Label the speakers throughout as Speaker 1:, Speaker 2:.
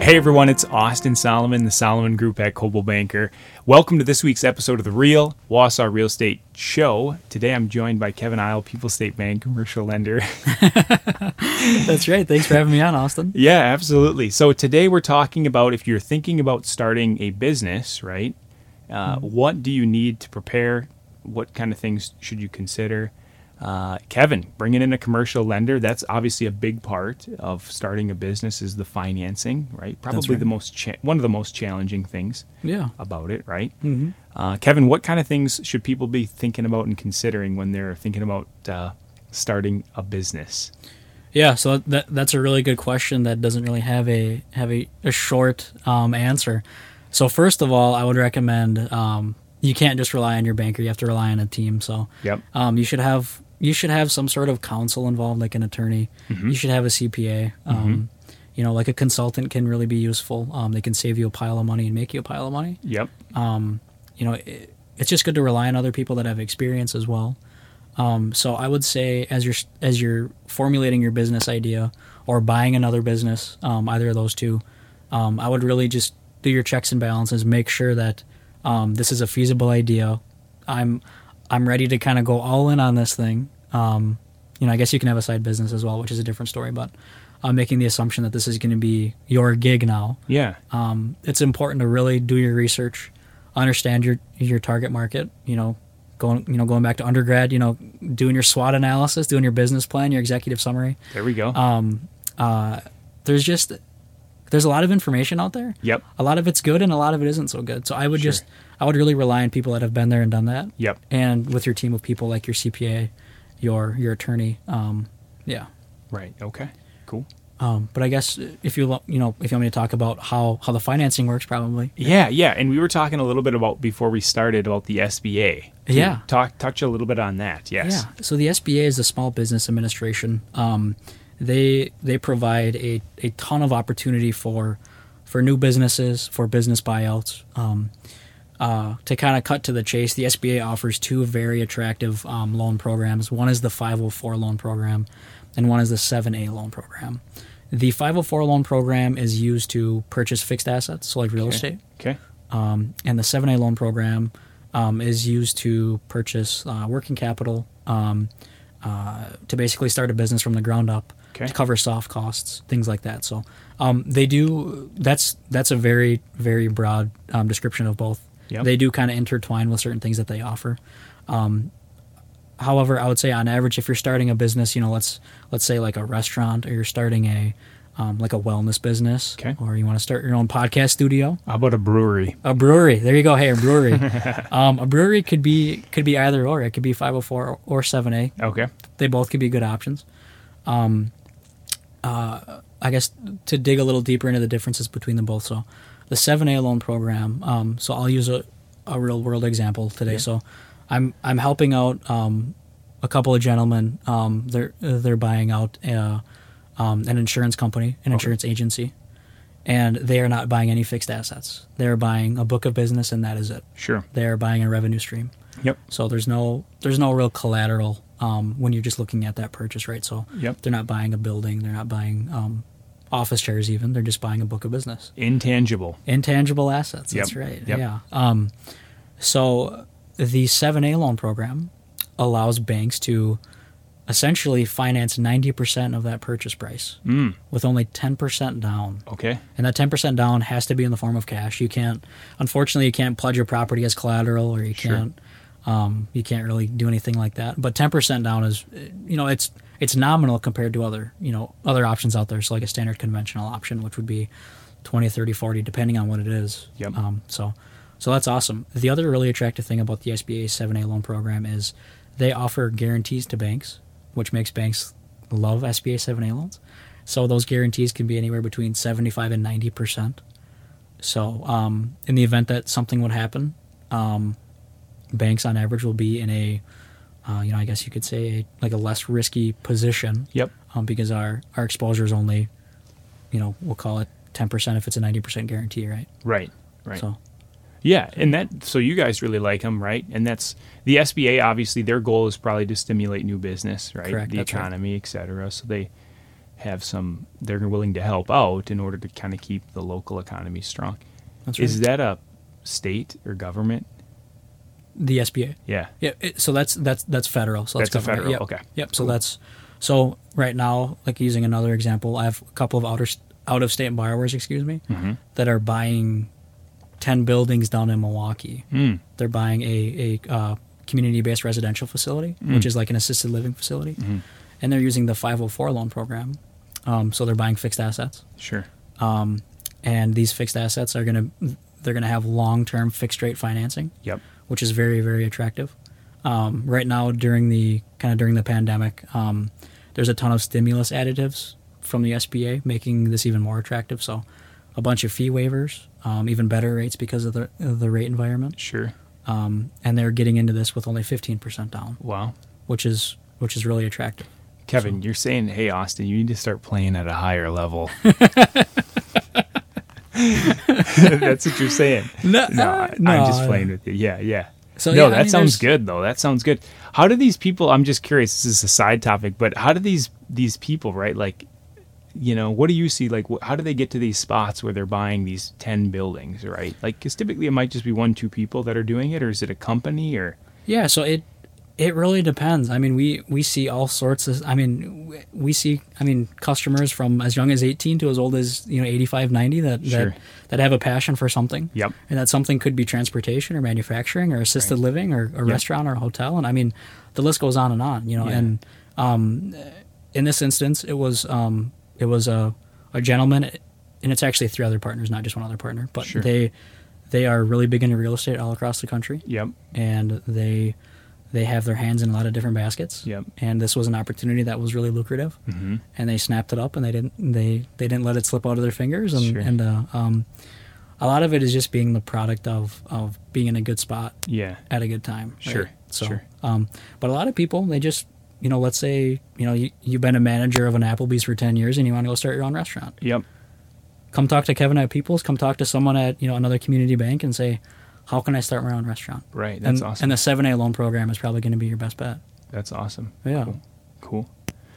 Speaker 1: Hey everyone, it's Austin Solomon, the Solomon Group at Coble Banker. Welcome to this week's episode of the Real Wausau Real Estate Show. Today I'm joined by Kevin Isle, People State Bank commercial lender.
Speaker 2: That's right. Thanks for having me on, Austin.
Speaker 1: yeah, absolutely. So today we're talking about if you're thinking about starting a business, right? Uh,
Speaker 2: Mm-hmm.
Speaker 1: What do you need to prepare? What kind of things should you consider? Uh, Kevin, bringing in a commercial lender, that's obviously a big part of starting a business is the financing, right? Probably
Speaker 2: right.
Speaker 1: the most cha- one of the most challenging things
Speaker 2: Yeah.
Speaker 1: about it, right? Mm-hmm. Uh, Kevin, what kind of things should people be thinking about and considering when they're thinking about uh, starting a business?
Speaker 2: Yeah, so that that's a really good question that doesn't really have a have a, a short um, answer. So first of all, I would recommend um, you can't just rely on your banker. You have to rely on a team. So
Speaker 1: Yep.
Speaker 2: um, you should have you should have some sort of counsel involved, like an attorney. You should have a CPA. Um, You know, like a consultant can really be useful. Um, they can save you a pile of money and make you a pile of money.
Speaker 1: Yep.
Speaker 2: you know, it, it's just good to rely on other people that have experience as well. Um, so I would say as you're as you're formulating your business idea or buying another business, um, either of those two, um, I would really just do your checks and balances, make sure that um, this is a feasible idea. I'm I'm ready to kind of go all in on this thing. Um, you know, I guess you can have a side business as well, which is a different story, but I'm making the assumption that this is going to be your gig now
Speaker 1: Yeah.
Speaker 2: um, it's important to really do your research, understand your your target market. You know, going you know going back to undergrad, you know, doing your SWOT analysis, doing your business plan, your executive summary.
Speaker 1: There we
Speaker 2: uh,
Speaker 1: go.
Speaker 2: There's just there's a lot of information out there.
Speaker 1: Yep.
Speaker 2: A lot of it's good and a lot of it isn't so good. So I would just I would really rely on people that have been there and done that.
Speaker 1: Yep.
Speaker 2: And with your team of people like your CPA, your your attorney. Um, yeah.
Speaker 1: Right. Okay. Cool.
Speaker 2: Um, but I guess if you lo- you know if you want me to talk about how how the financing works, probably.
Speaker 1: Yeah, yeah, and we were talking a little bit about before we started about the SBA. Can you
Speaker 2: Yeah.
Speaker 1: talk touch a little bit on that. Yes,
Speaker 2: Yeah. So the SBA is the Small Business Administration. Um, they they provide a, a ton of opportunity for for new businesses, for business buyouts. Um, uh, to kind of cut to the chase, the SBA offers two very attractive um, loan programs. One is the 504 loan program, and one is the 7A loan program. The 504 loan program is used to purchase fixed assets, so like real estate
Speaker 1: Okay.
Speaker 2: um, and the 7A loan program um, is used to purchase uh, working capital um, uh, to basically start a business from the ground up
Speaker 1: Okay.
Speaker 2: to cover soft costs, things like that. So um, they do. That's that's a very very broad um, description of both.
Speaker 1: Yep.
Speaker 2: They do kind of intertwine with certain things that they offer. Um, however, I would say on average, if you're starting a business, you know, let's let's say like a restaurant, or you're starting a um, like a wellness business,
Speaker 1: Okay.
Speaker 2: or you want to start your own podcast studio,
Speaker 1: How about a brewery?
Speaker 2: a brewery. There you go. Hey, a brewery. um, a brewery could be could be either or. It could be 504 or- or 7A.
Speaker 1: Okay.
Speaker 2: They both could be good options. Um, uh, I guess to dig a little deeper into the differences between them both. So, the 7A loan program. Um, so I'll use a, a real world example today. So, I'm I'm helping out um, a couple of gentlemen. Um, they're they're buying out uh, um, an insurance company, an insurance agency. And they are not buying any fixed assets. They are buying a book of business, and that is it.
Speaker 1: Sure.
Speaker 2: They are buying a revenue stream.
Speaker 1: Yep.
Speaker 2: So there's no there's no real collateral um, when you're just looking at that purchase, right? So
Speaker 1: Yep.
Speaker 2: they're not buying a building, they're not buying um, office chairs, even they're just buying a book of business,
Speaker 1: Intangible.
Speaker 2: intangible assets. That's
Speaker 1: Yep.
Speaker 2: right.
Speaker 1: Yep.
Speaker 2: Yeah. Um, so the seven A loan program allows banks to essentially finance ninety percent of that purchase price
Speaker 1: Mm.
Speaker 2: with only ten percent down
Speaker 1: Okay.
Speaker 2: and that 10% down has to be in the form of cash you can't unfortunately you can't pledge your property as collateral or you can't um, you can't really do anything like that but 10% down is uh, you know it's it's nominal compared to other you know other options out there so like a standard conventional option which would be 20 30 40 depending on what it is
Speaker 1: Yep.
Speaker 2: um, so so that's awesome the other really attractive thing about the sba 7a loan program is they offer guarantees to banks which makes banks love SBA 7A loans. So those guarantees can be anywhere between 75 and 90%. So um, in the event that something would happen, um, banks on average will be in a, uh, you know, I guess you could say a, like a less risky position.
Speaker 1: Yep.
Speaker 2: Um, because our, our exposure is only, you know, we'll call it 10% if it's a 90% guarantee, right?
Speaker 1: Right. Right.
Speaker 2: So
Speaker 1: Yeah, and that so you guys really like them, right? And that's the SBA. Obviously, their goal is probably to stimulate new business, right?
Speaker 2: Correct,
Speaker 1: The
Speaker 2: that's right.
Speaker 1: economy, et cetera. So they have some they're willing to help out in order to kind of keep the local economy strong.
Speaker 2: That's right.
Speaker 1: Is that a state or government?
Speaker 2: the SBA?
Speaker 1: Yeah.
Speaker 2: Yeah. It, so that's that's that's federal. So that's,
Speaker 1: That's a
Speaker 2: government.
Speaker 1: federal,
Speaker 2: Yep.
Speaker 1: okay.
Speaker 2: Yep. So that's so right now, like using another example, I have a couple of outer out of state borrowers, excuse me,
Speaker 1: Mm-hmm.
Speaker 2: that are buying ten buildings down in Milwaukee.
Speaker 1: Mm.
Speaker 2: They're buying a a uh, community based residential facility,
Speaker 1: Hmm.
Speaker 2: which is like an assisted living facility,
Speaker 1: Mm-hmm.
Speaker 2: and they're using the 504 loan program. Um, so they're buying fixed assets.
Speaker 1: Sure.
Speaker 2: um, and these fixed assets are going to they're going to have long term fixed rate financing,
Speaker 1: Yep.
Speaker 2: which is very very attractive. Um, right now, during the kind of during the pandemic, um, there's a ton of stimulus additives from the SBA, making this even more attractive. So, a bunch of fee waivers, um, even better rates because of the of the rate environment,
Speaker 1: Sure.
Speaker 2: um, and they're getting into this with only 15% down,
Speaker 1: Wow.
Speaker 2: which is which is really attractive.
Speaker 1: Kevin, you're saying, hey, Austin, you need to start playing at a higher level. that's what you're saying.
Speaker 2: No,
Speaker 1: I- I'm just playing with you. Yeah, yeah.
Speaker 2: So,
Speaker 1: no,
Speaker 2: yeah, I
Speaker 1: that
Speaker 2: mean,
Speaker 1: sounds
Speaker 2: there's-
Speaker 1: good though. That sounds good. How do these people? I'm just curious. This is a side topic, but how do these these people, right? Like, you know, what do you see? Like, wh- how do they get to these spots where they're buying these ten buildings, right? Like, because typically it might just be one, two people that are doing it, or is it a company? Or
Speaker 2: Yeah, so it it really depends. I mean, we we see all sorts of I mean, we- we see I mean, customers from as young as 18 to as old as, you know, 85, 90 that
Speaker 1: Sure.
Speaker 2: that, that have a passion for something.
Speaker 1: Yep.
Speaker 2: And that something could be transportation or manufacturing or assisted living or a restaurant or a hotel and I mean, the list goes on and on, you know.
Speaker 1: Yeah.
Speaker 2: And um, in this instance, it was um it was a a gentleman and it's actually three other partners, not just one other partner, but
Speaker 1: Sure.
Speaker 2: they they are really big into real estate all across the country
Speaker 1: yep,
Speaker 2: and they they have their hands in a lot of different baskets.
Speaker 1: Yep.
Speaker 2: And this was an opportunity that was really lucrative, mm-hmm. and they snapped it up, and they didn't they they didn't let it slip out of their fingers, and
Speaker 1: Sure.
Speaker 2: and uh, um, a lot of it is just being the product of of being in a good spot
Speaker 1: yeah,
Speaker 2: at a good time. right?
Speaker 1: Sure,
Speaker 2: So,
Speaker 1: sure.
Speaker 2: um, but a lot of people they just you know let's say you know you, you've been a manager of an Applebee's for ten years, and you want to go start your own restaurant
Speaker 1: yep,
Speaker 2: come talk to Kevin at Peoples, come talk to someone at you know another community bank and say, how can I start my own restaurant?
Speaker 1: Right, that's
Speaker 2: and,
Speaker 1: awesome.
Speaker 2: And the seven A loan program is probably going to be your best bet.
Speaker 1: that's awesome.
Speaker 2: Yeah.
Speaker 1: Cool. Cool.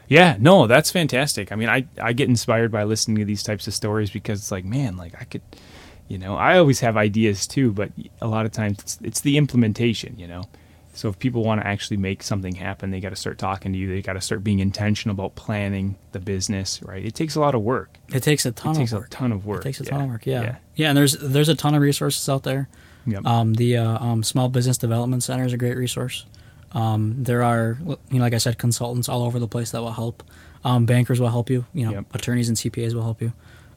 Speaker 1: Yeah, no, that's fantastic. I mean, I, I get inspired by listening to these types of stories because it's like, man, like I could, you know, I always have ideas too, but a lot of times it's, it's the implementation, you know. So if people want to actually make something happen, they got to start talking to you. They got to start being intentional about planning the business, right? It takes a lot of work.
Speaker 2: It takes a ton
Speaker 1: it takes
Speaker 2: of
Speaker 1: a
Speaker 2: work.
Speaker 1: ton of work.
Speaker 2: It takes a ton of work. Yeah. yeah, And there's there's a ton of resources out there.
Speaker 1: Yep.
Speaker 2: Um, the uh, um, Small Business Development Center is a great resource. Um, there are, you know, like I said, consultants all over the place that will help. Um, bankers will help you. You know,
Speaker 1: Yep.
Speaker 2: attorneys and CPAs will help you.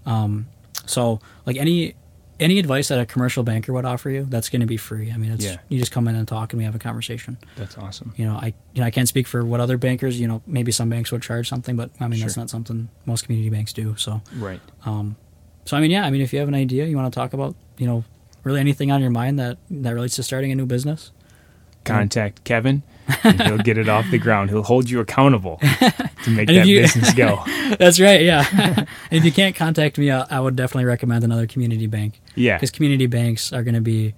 Speaker 2: Um, so, like any any advice that a commercial banker would offer you, that's going to be free. I mean, it's
Speaker 1: Yeah.
Speaker 2: you just come in and talk, and we have a conversation.
Speaker 1: That's awesome.
Speaker 2: You know, I you know I can't speak for what other bankers. You know, maybe some banks would charge something, but I mean that's
Speaker 1: Sure.
Speaker 2: not something most community banks do. So,
Speaker 1: Right.
Speaker 2: Um, so I mean, yeah, I mean, if you have an idea, you want to talk about, you know, really anything on your mind that that relates to starting a new business,
Speaker 1: Contact Kevin. and he'll get it off the ground. He'll hold you accountable to make
Speaker 2: And if
Speaker 1: that
Speaker 2: you-
Speaker 1: business go.
Speaker 2: That's right. Yeah. And if you can't contact me, I, I would definitely recommend another community bank.
Speaker 1: Yeah.
Speaker 2: Because community banks are going to be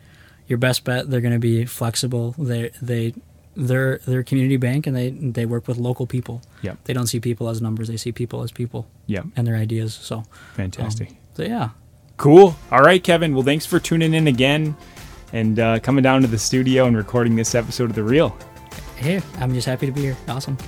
Speaker 2: your best bet. They're going to be flexible. They they they're they're a community bank and they they work with local people.
Speaker 1: Yep.
Speaker 2: They don't see people as numbers. They see people as people
Speaker 1: Yep.
Speaker 2: and their ideas. So um,
Speaker 1: Fantastic.
Speaker 2: so yeah.
Speaker 1: Cool. All right, Kevin. Well, thanks for tuning in again and uh, coming down to the studio and recording this episode of The Real.
Speaker 2: Hey, I'm just happy to be here. Awesome.